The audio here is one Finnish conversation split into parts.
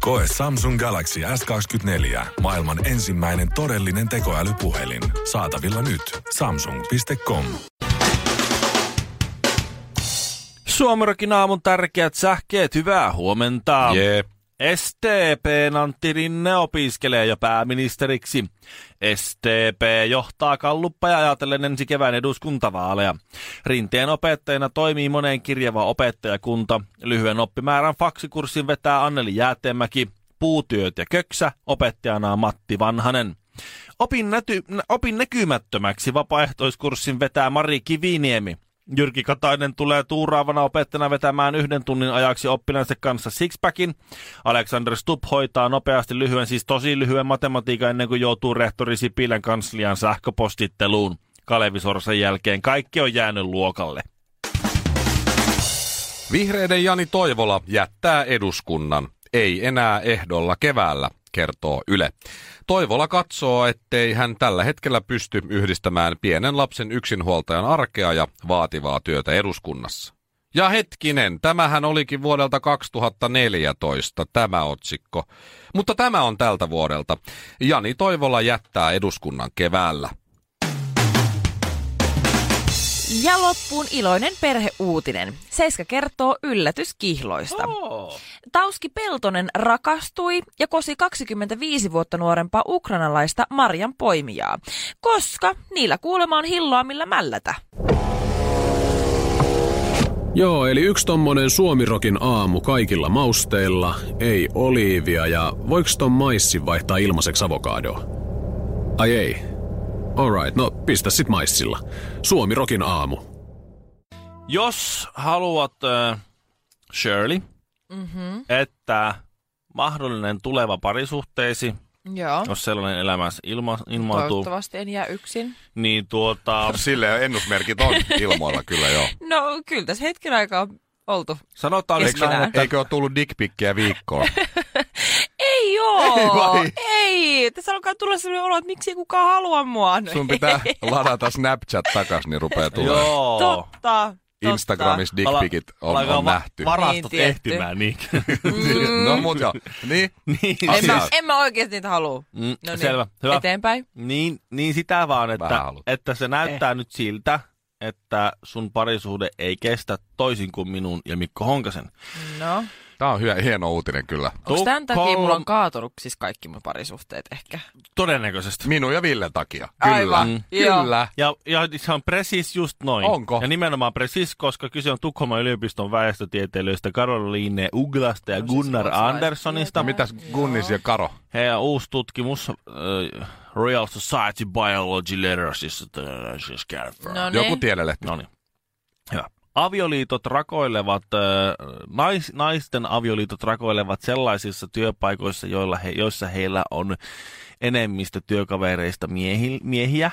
Koe Samsung Galaxy S24. Maailman ensimmäinen todellinen tekoälypuhelin. Saatavilla nyt. Samsung.com. Suomerokin aamun tärkeät sähkeet, hyvää huomenta. Jep. STP Antti Rinne opiskelee jo pääministeriksi. STP johtaa kalluppaja ajatellen ensi kevään eduskuntavaaleja. Rinteen opettajana toimii moneen kirjava opettajakunta. Lyhyen oppimäärän faksikurssin vetää Anneli Jäätemäki. Puutyöt ja köksä opettajana on Matti Vanhanen. Opin, näty, opin näkymättömäksi vapaaehtoiskurssin vetää Mari Kiviniemi. Jyrki Katainen tulee tuuraavana opettajana vetämään yhden tunnin ajaksi oppilaansa kanssa sixpackin. Alexander Stubb hoitaa nopeasti lyhyen, siis tosi lyhyen matematiikan ennen kuin joutuu rehtori Sipilän kanslian sähköpostitteluun. Kalevi Sorsan jälkeen kaikki on jäänyt luokalle. Vihreiden Jani Toivola jättää eduskunnan. Ei enää ehdolla keväällä, kertoo Yle. Toivola katsoo, ettei hän tällä hetkellä pysty yhdistämään pienen lapsen yksinhuoltajan arkea ja vaativaa työtä eduskunnassa. Ja hetkinen, tämähän olikin vuodelta 2014 tämä otsikko. Mutta tämä on tältä vuodelta. Jani Toivola jättää eduskunnan keväällä. Ja loppuun iloinen perheuutinen. Seiska kertoo yllätyskihloista. Oh. Tauski Peltonen rakastui ja kosi 25 vuotta nuorempaa ukrainalaista Marjan poimijaa, koska niillä kuulemma on hilloa millä mällätä. Joo, eli yksi tommonen suomirokin aamu kaikilla mausteilla, ei oliivia ja voiko ton maissi vaihtaa ilmaiseksi avokadoa? Ai ei. Alright, no pistä sit maissilla. Suomirokin aamu. Jos haluat, äh, Shirley, Mm-hmm. että mahdollinen tuleva parisuhteesi, Joo. jos sellainen elämässä ilma, ilmaantuu, Oh. Toivottavasti en jää yksin. niin tuota, Sille ennusmerkit on ilmoilla kyllä joo. No kyllä tässä hetken aikaa on oltu. sanotaan nyt Keskenään. näin, että Eikö ole tullut dickpikkiä viikkoon? Ei joo! Ei vai? Ei! Tässä alkaa tulla sellainen olo, että miksi ei kukaan halua mua. No, Sun pitää ladata Snapchat takas, niin rupeaa tulemaan. Joo. Totta. totta. Instagramissa dickpikit on, alkaa on va- nähty. Varastot Niin, tietty. ehtimään, niin. no mut joo. Niin, niin. En mä, Asiaan. en mä oikeasti niitä halua. Mm, No niin. Selvä, hyvä. Eteenpäin. Niin, niin sitä vaan, Vähän että, haluat. että se näyttää Eh. nyt siltä, että sun parisuhde ei kestä toisin kuin minun ja Mikko Honkasen. No. tää on hyö, hieno uutinen kyllä. Onko tämän takia Tukholm- mulla on kaatunut siis kaikki mun parisuhteet ehkä? Todennäköisesti. Minun ja Villen takia. Kyllä. Aivan, Mm. joo. Kyllä. Ja, ja se on presis just noin. Onko? Ja nimenomaan presis, koska kyse on Tukholman yliopiston väestötieteilijöistä Karoline Uglasta ja On siis Gunnar ruotsalaiset Anderssonista. tietää. Mitäs Gunnis ja Karo? Heidän uusi tutkimus äh, Real Society Biology Letters siis, is Stanford. No Joku niin. tielelehti. No niin. Hyvä. Avioliitot rakoilevat, äh, nais, naisten avioliitot rakoilevat sellaisissa työpaikoissa, joilla he, joissa heillä on enemmistö työkavereista miehi, miehiä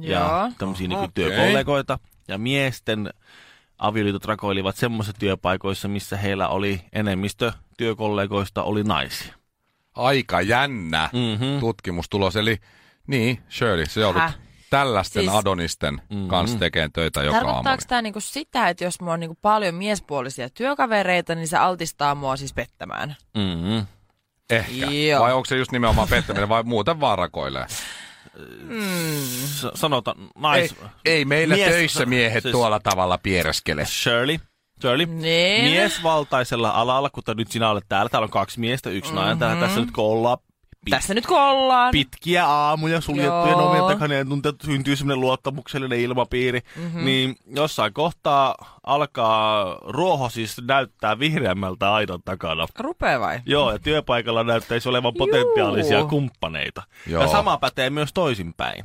ja Joo. tämmöisiä Okei. niin työkollegoita. Ja miesten avioliitot rakoilivat semmoisissa työpaikoissa, missä heillä oli enemmistö työkollegoista oli naisia. Aika jännä Mhm. tutkimustulos. Eli niin, Shirley, se joudut Häh? tällaisten Siis- adonisten Mhm. kanssa tekemään töitä joka aamu. Tarkoittaako tämä niinku sitä, että jos mulla on niinku paljon miespuolisia työkavereita, niin se altistaa mua siis pettämään? Mm-hmm. Ehkä. Joo. Vai onko se just nimenomaan pettäminen vai muuten vaan rakoilee? Hmm. Sanotaan, Ei, nais... ei meillä Mies- töissä miehet siis- tuolla tavalla piereskele. Shirley, Shirley, Niin. miesvaltaisella alalla, kuten nyt sinä olet täällä, täällä on kaksi miestä, yksi mm-hmm. nainen, Mhm. täällä tässä nyt kun ollaan pit- Tässä nyt kun ollaan. pitkiä aamuja suljettujen Joo. ovien takana ja tuntuu, että syntyy semmoinen luottamuksellinen ilmapiiri, Mhm. mm-hmm. niin jossain kohtaa alkaa ruoho siis näyttää vihreämmältä aidan takana. Rupee vai? Joo, ja työpaikalla näyttäisi olevan potentiaalisia Juu. kumppaneita. Joo. Joo. Ja sama pätee myös toisinpäin.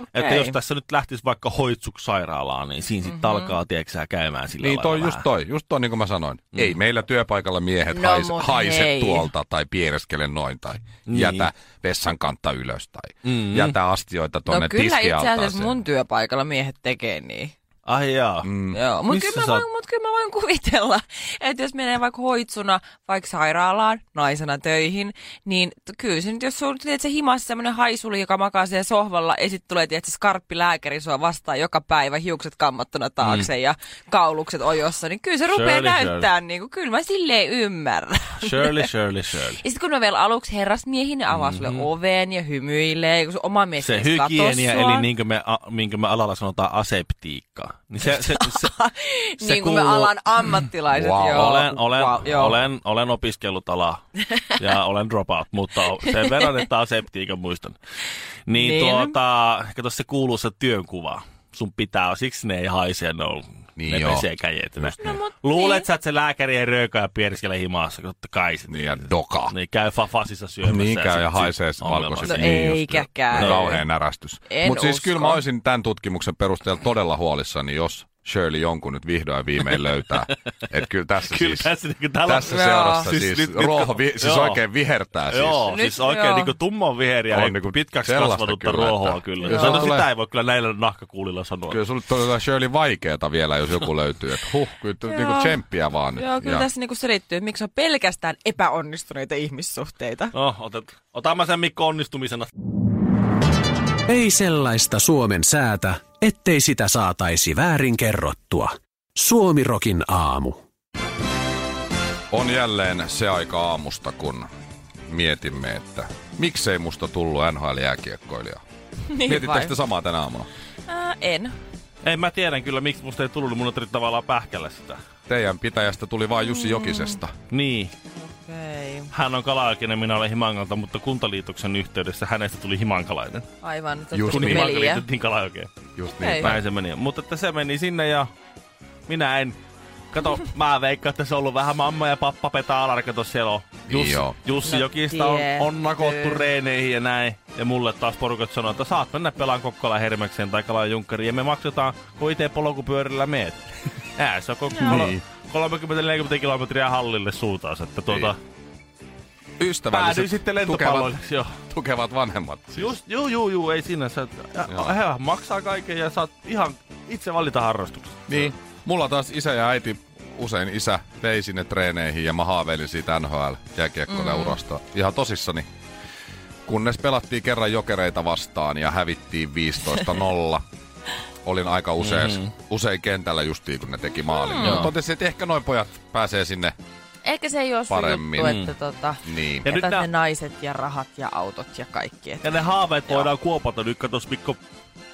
Okei. Että jos tässä nyt lähtisi vaikka hoitsuk sairaalaan, niin siinä sitten mm-hmm. alkaa, tieksää, käymään sillä Mhm. Niin toi lailla just vähän. toi, just toi niin kuin mä sanoin. Mm. Ei meillä työpaikalla miehet No no, hais, mut hei. haise tuolta tai piereskele noin tai Niin. niin. jätä vessan kantta ylös tai Mm. mm. jätä astioita tuonne no kyllä itse asiassa tiskialtaaseen. mun työpaikalla miehet tekee niin. Ai jaa. Mm. Joo, mutta Missä kyllä, mä sä voin, oot? mut kyllä mä voin kuvitella, että jos menee vaikka hoitsuna, vaikka sairaalaan, naisena töihin, niin t- kyllä se nyt, jos sulla on se himassa semmoinen haisuli, joka makaa siellä sohvalla, ja sitten tulee tietysti skarppilääkäri sua vastaan joka päivä, hiukset kammattuna taakse mm. ja kaulukset ojossa, niin kyllä se rupeaa Shirley, näyttää, niin kuin, kyllä mä silleen ymmärrän. Shirley, Shirley, Shirley. Ja sitten kun ne on vielä aluksi herrasmiehiä, ne avaa mm-hmm. sulle oven ja hymyilee, kun sun oma mies Se ei kato hygienia, sua. eli niin kuin me, a, minkä me alalla sanotaan aseptiikka. Niin se, se, se, se niin kuin me kuuluu- alan ammattilaiset, Wow. joo. Olen, olen, Wow, joo. olen, olen opiskellut alaa ja olen dropout, mutta sen verran, että aseptiikan muistan. Niin, Niin. niin. Tuota, kato se kuuluu se työnkuva. Sun pitää, siksi ne ei haise, ne, on, Niin ne joo. pesee kädet. No, mut Luulet niin. sä, että se lääkäri ei röökää ja pieriskele himassa, totta kai se. Niin ja doka. Niin käy fafasissa syömässä. Niin käy ja sit- sit haisee Niin ongelma. valkoiset. No eikä käy. Kauhean närästys. En Mutta siis usko. kyllä mä olisin tämän tutkimuksen perusteella todella huolissani, jos Shirley jonkun nyt vihdoin viimein löytää. Että kyllä tässä Kyllä siis, tässä niinku tällä- tässä Joo. seurassa Siis siis, siis, nyt- nyt, nyt- ruoho vi, siis joo. oikein vihertää siis. Joo, Nyt- siis, siis oikein joo. niinku tumman viheriä On ja niinku pitkäksi sellaista kasvatutta kyllä, ruohoa että- kyllä. Joo. Sano, Tulee- sitä ei voi kyllä näillä nahkakuulilla sanoa. Kyllä sulle todella Shirley vaikeeta vielä, jos joku löytyy. Et huh, kyllä Joo. niinku tsemppiä vaan nyt. Joo, kyllä Ja- tässä niinku selittyy, että miksi on pelkästään epäonnistuneita ihmissuhteita. No, otat, otan mä sen Mikko onnistumisena. Ei sellaista Suomen säätä, ettei sitä saataisi väärin kerrottua. Suomirokin aamu. On jälleen se aika aamusta, kun mietimme, että miksei musta tullut NHL-jääkiekkoilija. Niin vai? Mietitkö te samaa tänä aamuna? Ää, en. Ei mä tiedän kyllä, miksi musta ei tullut, mun on tavallaan pähkällä sitä. Teidän pitäjästä tuli vain Mm. Jussi Jokisesta. Niin, Okei, okay. hän on kalaikinen, minä olen himankalta, mutta kuntaliitoksen yhteydessä hänestä tuli himankalainen. aivan. Nyt on Just tullut niin. veliä. Himankaliitettiin kalaikeen. Just Hei. niin Näin päin. se meni. Mutta että se meni sinne ja minä en. Kato, mä veikkaan, että se on ollut vähän mamma ja pappa petaa alari. Kato, siellä on Jussi, Joo. Jussi No no, Jokista on, tietty. on nakottu reeneihin ja näin. Ja mulle taas porukat sanoo, että saat mennä pelaan Kokkola Hermekseen tai Kalan Junkkariin. Ja me maksetaan, kun itse polkupyörillä meet. Ää, se on Kokkola. Niin. 30-40 kilometriä hallille suuntaansa, että tuota, päädyin niin, Ystävälliset sitten tukevat, lentopalloiksi, joo. tukevat vanhemmat. Siis. Just, juu, juu, juu, ei siinä. Sä, Joo. he maksaa kaiken ja saat ihan itse valita harrastuksen. Niin. Mulla taas isä ja äiti, usein isä, vei sinne treeneihin ja mä haaveilin siitä nhl jääkiekkoilija urasta. Ihan tosissani. Kunnes pelattiin kerran jokereita vastaan ja hävittiin 15-0. Olin aika usein, mm-hmm. usein kentällä justiin, kun ne teki maalin. Mm. Totesin, että ehkä noin pojat pääsee sinne. Ehkä se ei ole sun Paremmin. juttu, että tota, Niin. Ja ja nyt jätät nää- ne naiset ja rahat ja autot ja kaikki. Et. Ja ne haaveet Joo. voidaan kuopata nyt, katos Mikko,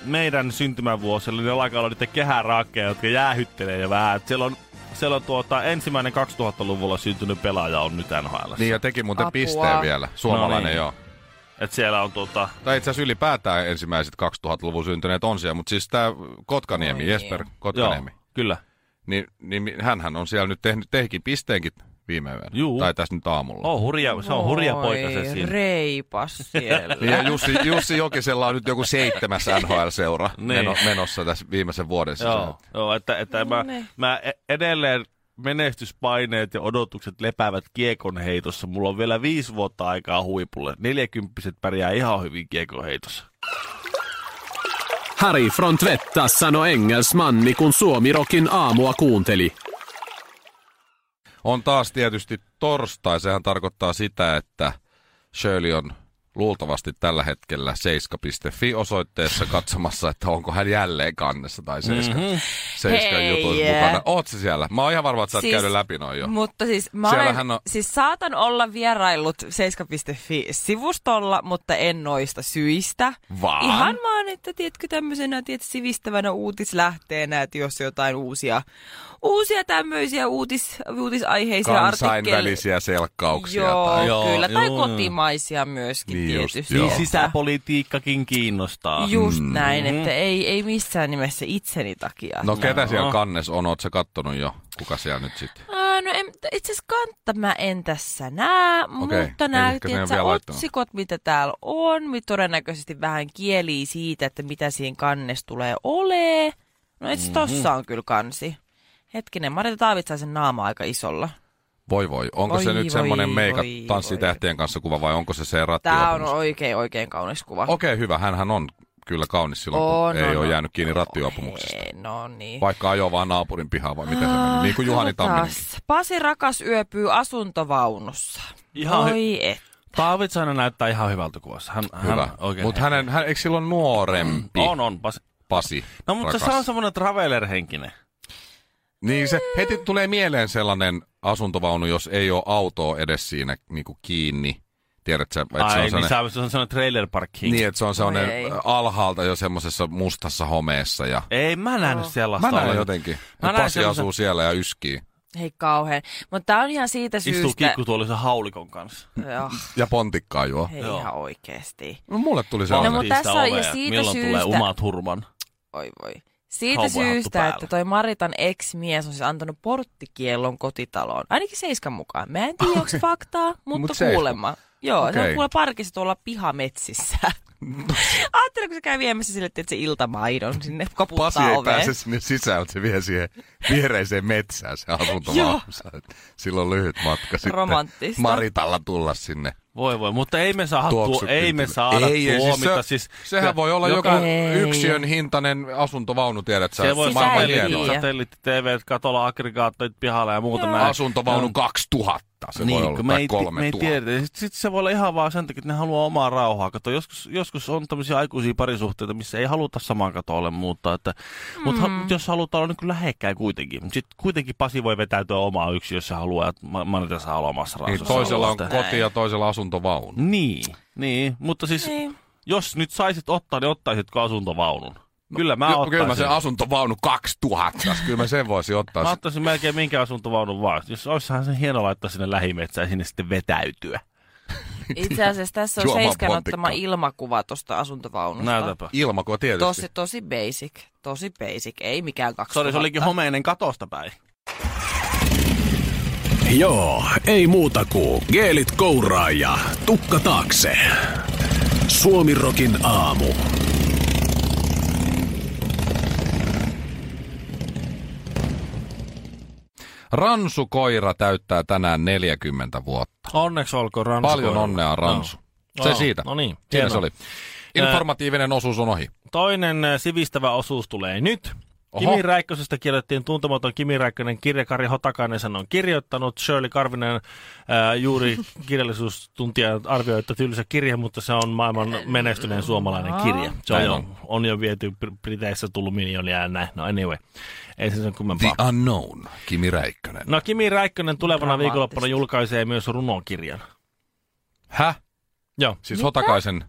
meidän syntymävuosilla, niin alkaa olla niitä kehäraakkeja, jotka jäähyttelee jo vähän. Et siellä on, siellä on tuota, ensimmäinen 2000-luvulla syntynyt pelaaja on nyt NHL. Niin ja teki muuten Apua. pisteen vielä. Suomalainen No niin. joo. Et siellä on tuota, Tai itse asiassa ylipäätään ensimmäiset 2000-luvun syntyneet on siellä, mutta siis tämä Kotkaniemi, Oi niin. Jesper joo, Kotkaniemi, kyllä. niin, niin hänhän on siellä nyt tehnyt, tehkin pisteenkin viime yönä. Juu. Tai tässä nyt aamulla. Oh, hurja, se on hurja poika se Voi, siinä. reipas siellä. Niin ja Jussi, Jussi Jokisella on nyt joku seitsemäs NHL-seura meno, menossa tässä viimeisen vuoden sisällä. Niin. Joo, joo, että, että mä, niin. mä e- edelleen menestyspaineet ja odotukset lepäävät kiekonheitossa. Mulla on vielä viisi vuotta aikaa huipulle. Neljäkymppiset pärjää ihan hyvin kiekonheitossa. Harry Frontvetta sanoi engelsmanni, kun Suomirokin aamua kuunteli. On taas tietysti torstai, sehän tarkoittaa sitä, että Shirley on luultavasti tällä hetkellä 7.fi-osoitteessa katsomassa, että onko hän jälleen kannessa tai 7, Mhm. mm-hmm. 7 Hei, jutuissa jee. mukana. Oot se siellä? Mä oon ihan varma, että sä oot siis, käynyt läpi noin jo. Mutta siis mä olen, Siellähän on... on- siis saatan olla vieraillut 7.fi-sivustolla, mutta en noista syistä. Vaan? Ihan vaan, että tiedätkö tämmöisenä tiedät, sivistävänä uutislähteenä, että jos jotain uusia, uusia tämmöisiä uutis, uutisaiheisia artikkeleita. Kansainvälisiä selkkauksia. Joo, Tai... joo, Joo, kyllä. Tai joo. kotimaisia myöskin Niin just, tietysti. joo. Niin sisäpolitiikkakin kiinnostaa. Just näin, Mm-hmm. että ei, ei missään nimessä itseni takia. No. No ketä siellä kannes on? Oot sä kattonut jo? Kuka siellä nyt sitten? Ää, Öö, no en, itse asiassa kantta mä en tässä näe, Okei, mutta eli ehkä ne näytin, on että sä vielä laittanut. otsikot, mitä täällä on, mit todennäköisesti vähän kielii siitä, että mitä siinä kannessa tulee olee. No itse mm-hmm. Mhm. tossa on kyllä kansi. Hetkinen, Marita Taavitsaisen naama aika isolla. Voi voi, onko se Voi nyt voi, semmoinen meikat voi tanssitähtien kanssa kuva vai onko se se ratti? Tää on oikein, oikein kaunis kuva. Okei, hyvä. Hänhän on kyllä kaunis silloin, On, kun ei on, ole on. jäänyt kiinni rattijuopumuksesta. Hei, No niin. Vaikka ajoi vaan naapurin pihaa vai miten se meni. Ah, Niin kuin Juhani Tamminen. katsotaas. Pasi Rakas yöpyy asuntovaunussa. Ihan hy- Oi et. Taavitsainen näyttää ihan hyvältä kuvassa. Hän, Hyvä. Hän, oikein. Mutta hänen, hän, eikö silloin nuorempi on, on. Pasi. Pasi No mutta rakas? se on semmoinen traveler-henkinen. Niin se heti tulee mieleen sellainen asuntovaunu, jos ei ole autoa edes siinä niinku kiinni. Tiedätkö, että se Ai, on niin sellainen... sä, se on sellainen trailer park king. Niin, että se on Oi ei. sellainen alhaalta jo semmoisessa mustassa homeessa ja... Ei, mä en No. nähnyt sellaista. Mä näen ollenkaan. jotenkin. Mä Mä näen Pasi semmosen- asuu siellä ja yskii. Hei kauhean. Mutta tää on ihan siitä syystä. Istuu kikkutuolisen haulikon kanssa. Joo, Ja pontikkaa juo. hei Joo. ihan oikeesti. No mulle tuli No, sellainen. mut Valtiista tässä on ja ovea. siitä Milloin tulee syystä- umat hurman? Oi voi. Siitä Cowboy-hattu syystä, päällä. että toi Maritan ex-mies on siis antanut porttikiellon kotitaloon. Ainakin Seiskan mukaan. Mä en tiedä, onko faktaa, mutta Mut Mut Seiska. kuulemma. Joo, okay. se Okei. on kuule parkissa tuolla pihametsissä. Ajattelin, kun se käy viemässä sille, että se iltamaidon sinne koputtaa Pasi ei oveen. pääse sinne sisään, se vie siihen viereiseen metsään se asuntovaununsa. Silloin on lyhyt matka sitten. Romanttista. Maritalla tulla sinne. Voi voi, mutta ei me saada, tuo, tuoksukylpylä. ei me saada ei, tuomita. se- Siis, sehän voi olla joka, Ei. yksiön hintainen asuntovaunu, tiedät sä. se voi Sitä ei maailman tiedä. satelliitti, hienoa. satelliitti TV, katolla aggregaattorit pihalla ja muuta näin. Asuntovaunu 2000 se niin, voi olla, kun me tai ei, ti- me ei 3000. tiedetä. Sitten sit se voi olla ihan vaan sen takia, että ne haluaa omaa rauhaa. Kato, joskus, joskus on tämmöisiä aikuisia parisuhteita, missä ei haluta samaan katolle muuttaa. Että, mm. Mutta jos halutaan olla niin kyllä lähekkäin kuitenkin. Mut Sitten kuitenkin Pasi voi vetäytyä omaa yksi, jos se haluaa, että ma- Manita saa olla omassa Niin, rauhassa. toisella on Että- koti ja toisella asuntovaunu. Niin, niin, mutta siis Niin. jos nyt saisit ottaa, niin ottaisitko asuntovaunun? kyllä mä No, Ky- ottaisin. Kyllä mä sen asuntovaunu 2000, kyllä mä sen voisin ottaa. Mä ottaisin melkein minkä asuntovaunun vaan. Jos olisihan sen hieno laittaa sinne lähimetsään ja sinne sitten vetäytyä. Itse asiassa tässä on Juomaan Seiskan ottama pontikkaa. ilmakuva tuosta No asuntovaunusta. Näytäpä. Ilmako tietysti. Tosi, tosi basic. Tosi basic. Ei mikään 2000. Sori, se olikin homeinen katosta päin. Joo, ei muuta kuin geelit kouraa ja tukka taakse. Suomirokin aamu. Ransukoira täyttää tänään 40 vuotta. Onneksi olkoon Ransu. Paljon onnea, Ransu. Se Joo, siitä. no niin, Siinä hienoa. se oli. Informatiivinen osuus on ohi. Toinen äh, sivistävä osuus tulee nyt. Oho. Kimi Räikkösestä kirjoittiin tuntematon Kimi Räikkönen kirja. Kari Hotakainen sen on kirjoittanut. Shirley Karvinen ää, juuri kirjallisuustuntija arvioi, että tylsä kirja, mutta se on maailman menestyneen suomalainen kirja. Se on Näin jo, on. on jo viety Br- Briteissä tullut miljoonia ja näin. No anyway, ei se sen kummempaa. The Unknown, Kimi Räikkönen. No Kimi Räikkönen tulevana Dramaattista. viikonloppuna julkaisee myös runokirjan. Häh? Joo. Siis Hotakaisen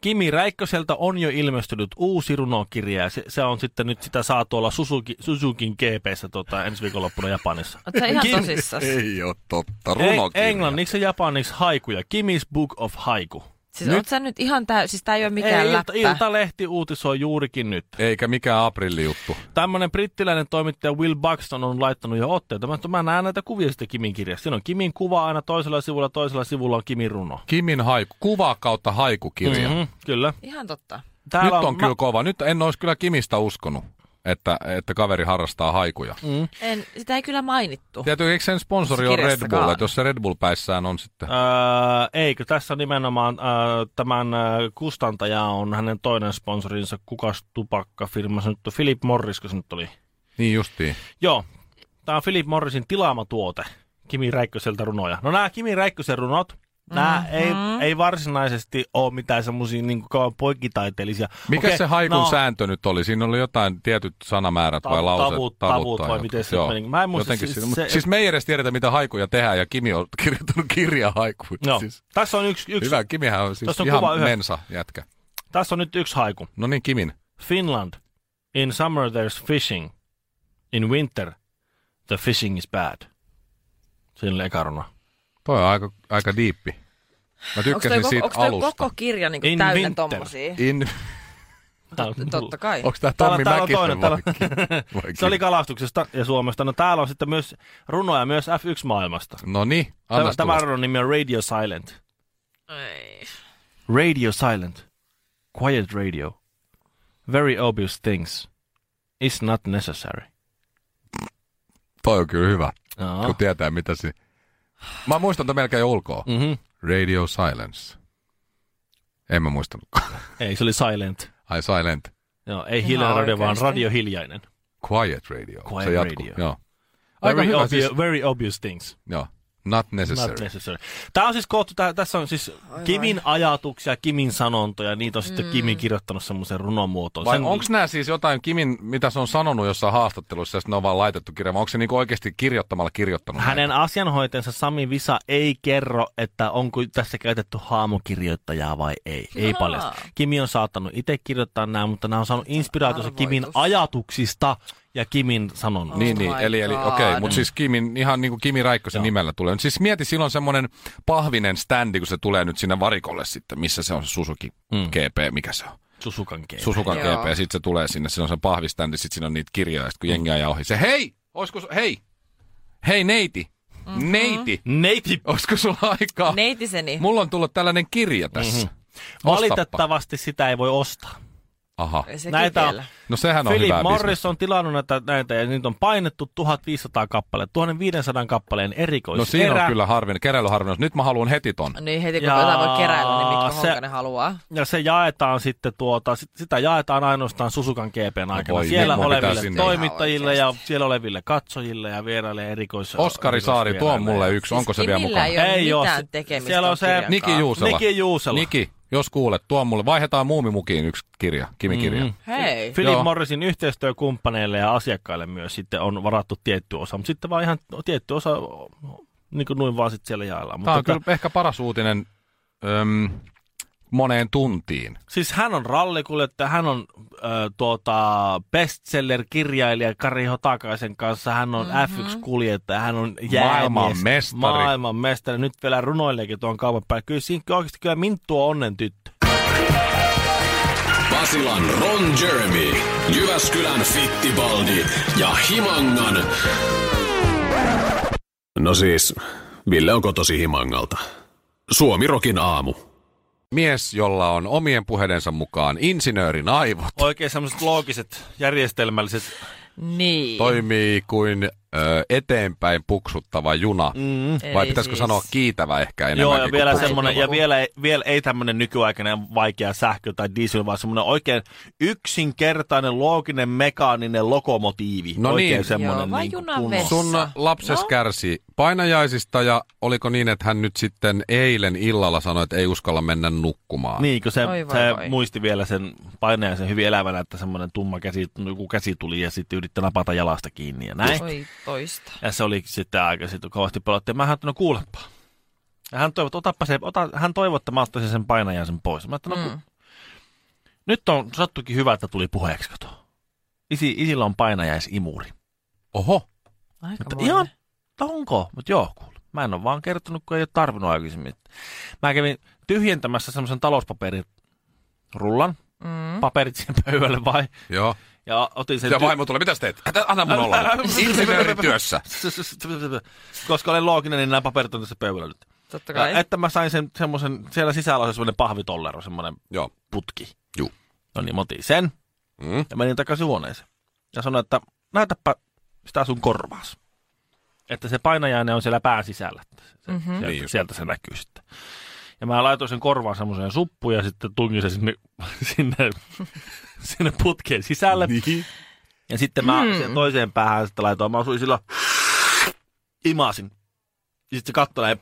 Kimi Räikköseltä on jo ilmestynyt uusi runokirja ja se, se on sitten nyt sitä saa tuolla Suzuki, Suzukin GPssä tota, ensi viikonloppuna Japanissa. Oot sä ihan Kim- tosissas? Ei ole totta. Eng- Runokirja. englanniksi ja japaniksi haikuja. Kimi's Book of Haiku. Siis nyt... oot sä nyt ihan tää, siis tää ei oo mikään Ei, läppä. ilta, Iltalehti uutisoi juurikin nyt. Eikä mikään aprillijuttu. Tämmöinen brittiläinen toimittaja Will Buxton on laittanut jo otteita. Mä, mä näen näitä kuvia sitten Kimin kirjasta. Siinä on Kimin kuva aina toisella sivulla, toisella sivulla on Kimin runo. Kimin haiku, kuva kautta haikukirja. Mm-hmm. Mhm, kyllä. Ihan totta. Nyt Täällä on mä- kyllä kova. Nyt en olisi kyllä Kimistä uskonut, että, että kaveri harrastaa haikuja. Mm. En, sitä ei kyllä mainittu. Tietysti Oh. eikö sen sponsori Tässä ole Red kirjassakaan. Bull, että jos se Red Bull päissään on sitten... Öö, eikö, tässä on nimenomaan öö, tämän öö, kustantaja on hänen toinen sponsorinsa, kukas tupakkafirma, se nyt on Philip Morris, kun se nyt oli. Niin justiin. Joo, tämä on Philip Morrisin tilaama tuote, Kimi Räikköseltä runoja. No nämä Kimi Räikkösen runot, Nämä mm-hmm. ei, ei varsinaisesti ole mitään semmoisia niin kauan poikkitaiteellisia. Mikä okay, Okei, se haikun no, sääntö nyt oli? Siinä oli jotain tietyt sanamäärät vai Tav- lauseet? tavut- tai tavut vai jotkut. miten se Joo. meni? Mä en muista Jotenkin siis siinä, mut- se- siis me ei edes tiedetä, mitä haikuja tehdään, ja Kimi on kirjoittanut kirjaa haikuja. No, Siis, tässä, on yksi, yksi, hyvä, Kimihän on siis Tässä on ihan kuva yhdestä. mensa jätkä. tässä on nyt yksi haiku. No niin, Kimin. Finland. In summer there's fishing. In winter the fishing is bad. Siinä oli eka runo. Toi on aika, aika diippi. Mä Onko toi, tykkäsin koko, siitä onks toi alusta. koko kirja niinku In täynnä winter. tommosia? In... Tää on mulla. Totta kai. Onko tämä Täällä- Tommi täällä on Mäkisen toinen, täällä- vaikki? Se oli kalastuksesta ja Suomesta. No täällä on sitten myös runoja myös F1-maailmasta. No niin, Tämä, anna tämä tämä... runon nimi on Radio Silent. Radio Silent. Quiet radio. Very obvious things. Is not necessary. Toi on kyllä hyvä, Aa. kun tietää mitä se... Mä muistan tämän melkein jo ulkoa. Mhm. Radio Silence. En mä muistanut. Ei, se oli silent. Ai Silent. Joo, ei hiljainen radio, vaan oikeasti. radio hiljainen. Quiet Radio. Quiet se jatkuu. Radio. Joo. Aika Very, hyvä obvious, siis. very obvious things. Joo. Not necessary. Not necessary. Tämä on siis koottu, tää, tässä on siis Kimin ajatuksia, Kimin sanontoja, niitä on sitten Kimi kirjoittanut semmoisen runomuotoon. Vai Sen- onko nämä siis jotain, Kimin, mitä se on sanonut jossain haastattelussa, ja sitten ne on vaan laitettu kirjaan? Onko se niinku oikeasti kirjoittamalla kirjoittanut? Hänen asianhoitajansa Sami Visa ei kerro, että onko tässä käytetty haamukirjoittajaa vai ei. Ei Jaa. paljasta. Kimi on saattanut itse kirjoittaa nämä, mutta nämä on saanut inspiraatiossa Arvoitus. Kimin ajatuksista ja Kimin sanonnoista. Niin, Oh niin, my eli, eli God. okei, okay, mutta siis Kimin, ihan niin kuin Kimi Räikkösen Joo. nimellä tulee. Mut Siis mieti silloin semmoinen pahvinen standi, kun se tulee nyt sinne varikolle sitten, missä se on se Susuki Mm. GP, mikä se on? Susukan keino. Susukan E Joo. GP, sitten se tulee sinne, siinä on se pahviständi, sitten siinä on niitä kirjoja, sitten kun jengi ajaa ohi, se hei, oisko, su- hei, hei neiti, Mhm. neiti, Neiti. oisko sulla aikaa? Neitiseni. Mulla on tullut tällainen kirja tässä. Mhm. Mm-hmm. Valitettavasti sitä ei voi ostaa. Aha, Sekin näitä on- vielä. no sehän on Philip hyvä Morris bisnes. on tilannut näitä, näitä ja niitä on painettu 1500 kappaleen, 1500 kappaleen erikoiserä. No siinä on kyllä harvin, keräilyharvinaisuus. Nyt mä haluan heti ton. Niin heti kun Jaa, jotain voi keräillä, niin Mikko se- se... Honkanen haluaa. Ja se jaetaan sitten tuota, sit- sitä jaetaan ainoastaan Susukan GPn aikana. voi siellä niin, mun pitää oleville sinne. toimittajille Ihan ja siellä oleville katsojille ja vieraille erikois... No, Oskari Saari, tuo on mulle yksi. Onko se Siis vielä Kimillä mukana? Niin. Ei ole Ei oo mitään se- tekemistä siellä on se- kirjan Ni- Niki kanssa. Juusela. Niki Juusela. Niki, jos kuulet, tuo mulle. Vaihdetaan muumimukiin yksi kirja, Kimi-kirja. Mhm. Mm-hmm. Hei. Philip Joo. Morrisin yhteistyökumppaneille ja asiakkaille myös sitten on varattu tietty osa, mutta sitten vaan ihan tietty osa, niin kuin noin vaan sitten siellä jaellaan. Tämä Mutta on kyllä ehkä paras uutinen öm, moneen tuntiin. Siis hän on rallikuljettaja, hän on äh, tuota, bestseller-kirjailija Kari Hotakaisen kanssa, hän on Mhm. mm-hmm. F1-kuljettaja, hän on jäämies, Maailman mestari. maailman mestari. Nyt vielä runoillekin tuon kaupan päällä. Kyllä siinä oikeasti kyllä Minttu on onnen tyttö. Basilan Ron Jeremy, Jyväskylän Fittibaldi ja Himangan... No siis, Ville on kotosi Himangalta. Suomirokin aamu. Mies, jolla on omien puheidensa mukaan insinöörin aivot, Oikein semmoiset loogiset, järjestelmälliset. Niin. toimii kuin ö, eteenpäin puksuttava juna. Mm. Vai Eli pitäisikö siis- sanoa kiitävä ehkä enemmän? Joo, ja vielä, koko semmoinen, ja päivä. vielä, vielä ei tämmöinen nykyaikainen vaikea sähkö tai diesel, vaan semmoinen oikein yksinkertainen, looginen, mekaaninen lokomotiivi. No oikein niin. semmoinen Joo, vai niin kuin junan kunnon. vessa. Sun lapses No. kärsi painajaisista ja oliko niin, että hän nyt sitten eilen illalla sanoi, että ei uskalla mennä nukkumaan? Niin, kun se, Oi vai se vai. muisti vielä sen painajaisen hyvin elävänä, että semmoinen tumma käsi, joku käsi tuli ja sitten yritti napata jalasta kiinni ja näin. Oi toista. Ja se oli sitten aika sitten kovasti pelotti. Ja mä hän no kuulepa. Ja hän toivoi, että otapa se, ota, hän toivoi, että mä ottaisin sen painajaisen pois. Mä ajattelin, no, mm. nyt on sattukin hyvä, että tuli puheeksi, kato. Isi, isillä on painajaisimuri. Oho, Mutta Aikamoinen. ihan, että onko? Mutta joo, kuule. Mä en ole vaan kertonut, kun ei ole tarvinnut aikaisemmin. Mä kävin tyhjentämässä semmoisen talouspaperin rullan. Mm. Paperit siihen pöydälle vai. joo. Ja otin sen... Ja ty- vaimo tulee, mitäs teet? Älä- Anna mun Älä- olla. älä- Insinöörityössä. Koska olen looginen, niin nämä paperit on tässä pöydällä nyt. Totta kai. Ja, että mä sain sen semmoisen, siellä sisällä on se semmoinen pahvitollero, semmoinen Joo. putki. Juu. No niin, mä otin sen Mm. ja menin takaisin huoneeseen. Ja sanoin, että näytäpä sitä sun korvaas. Että se painajainen on siellä pään sisällä. Että Se, mm-hmm. sieltä, Niin niin just. sieltä se näkyy sitten. Ja mä laitoin sen korvaan semmoiseen suppuun ja sitten tungin sen sinne, sinne, sinne putkeen sisälle. Niin. Ja sitten mä mm. sen toiseen päähän sitten laitoin, mä osuin silloin, imasin. Ja sitten se katsoi näin,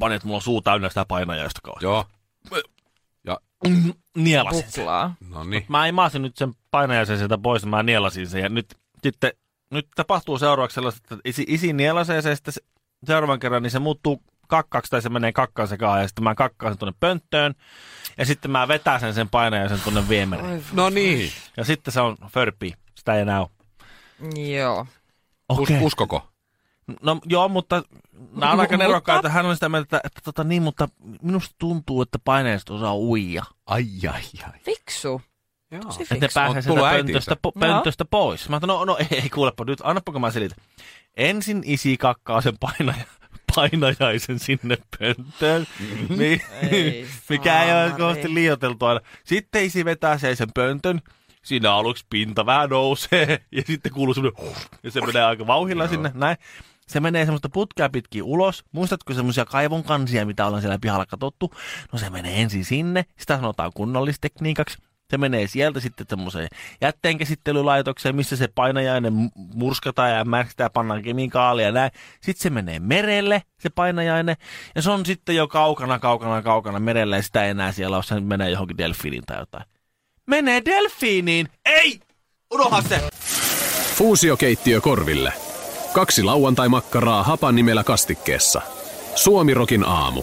vaan että mulla on suu täynnä sitä painajaista kauhean. Joo, Nielasin sen. Puklaa. no niin. Mä imasin nyt sen painajaisen sieltä pois, mä nielasin sen. Ja nyt, sitten, nyt tapahtuu seuraavaksi sellaista, että isi, isi nielasee sen, ja sitten se, seuraavan kerran niin se muuttuu kakkaksi tai se menee kakkaan sekaan ja sitten mä kakkaan sen tuonne pönttöön ja sitten mä vetään sen sen painajaisen tuonne viemäriin. Oi, No niin. Ja sitten se on förpi, sitä ei enää ole. joo. Us, uskoko? No joo, mutta nämä on Mu- aika mutta- nerokkaita. Hän on sitä mieltä, että, että tota, niin, mutta minusta tuntuu, että paineista osaa uija. Ai, ai, ai. Fiksu. Jaa. Tosi Että ne Oot fiksu. pääsee tullut sieltä äitinsä. pöntöstä, po, No. pöntöstä pois. Mä ajattelin, no, no ei, kuulepa nyt, annapako mä selitän. Ensin isi kakkaa sen painaja, painajaisen sinne pönttöön, mi, Mm-hmm. Ei mikä ei ole saamari. kovasti liioteltua. aina. Sitten isi vetää sen, sen pöntön, siinä aluksi pinta vähän nousee ja sitten kuuluu semmoinen huh, ja se menee aika vauhilla sinne, näin. Se menee semmoista putkea pitkin ulos. Muistatko semmoisia kaivon kansia, mitä ollaan siellä pihalla katsottu? No se menee ensin sinne, sitä sanotaan kunnallistekniikaksi. Se menee sieltä sitten semmoiseen jätteenkäsittelylaitokseen, missä se painajainen mu- murskataan ja märkitään ja pannaan kemikaalia ja näin. Sitten se menee merelle, se painajainen, ja se on sitten jo kaukana, kaukana, kaukana merellä, ja sitä ei enää siellä ole, se menee johonkin delfiiniin tai jotain. Menee delfiiniin! Ei! Unoha se! Fuusiokeittiö korville. Kaksi lauantai-makkaraa hapan nimellä kastikkeessa. Suomirokin aamu.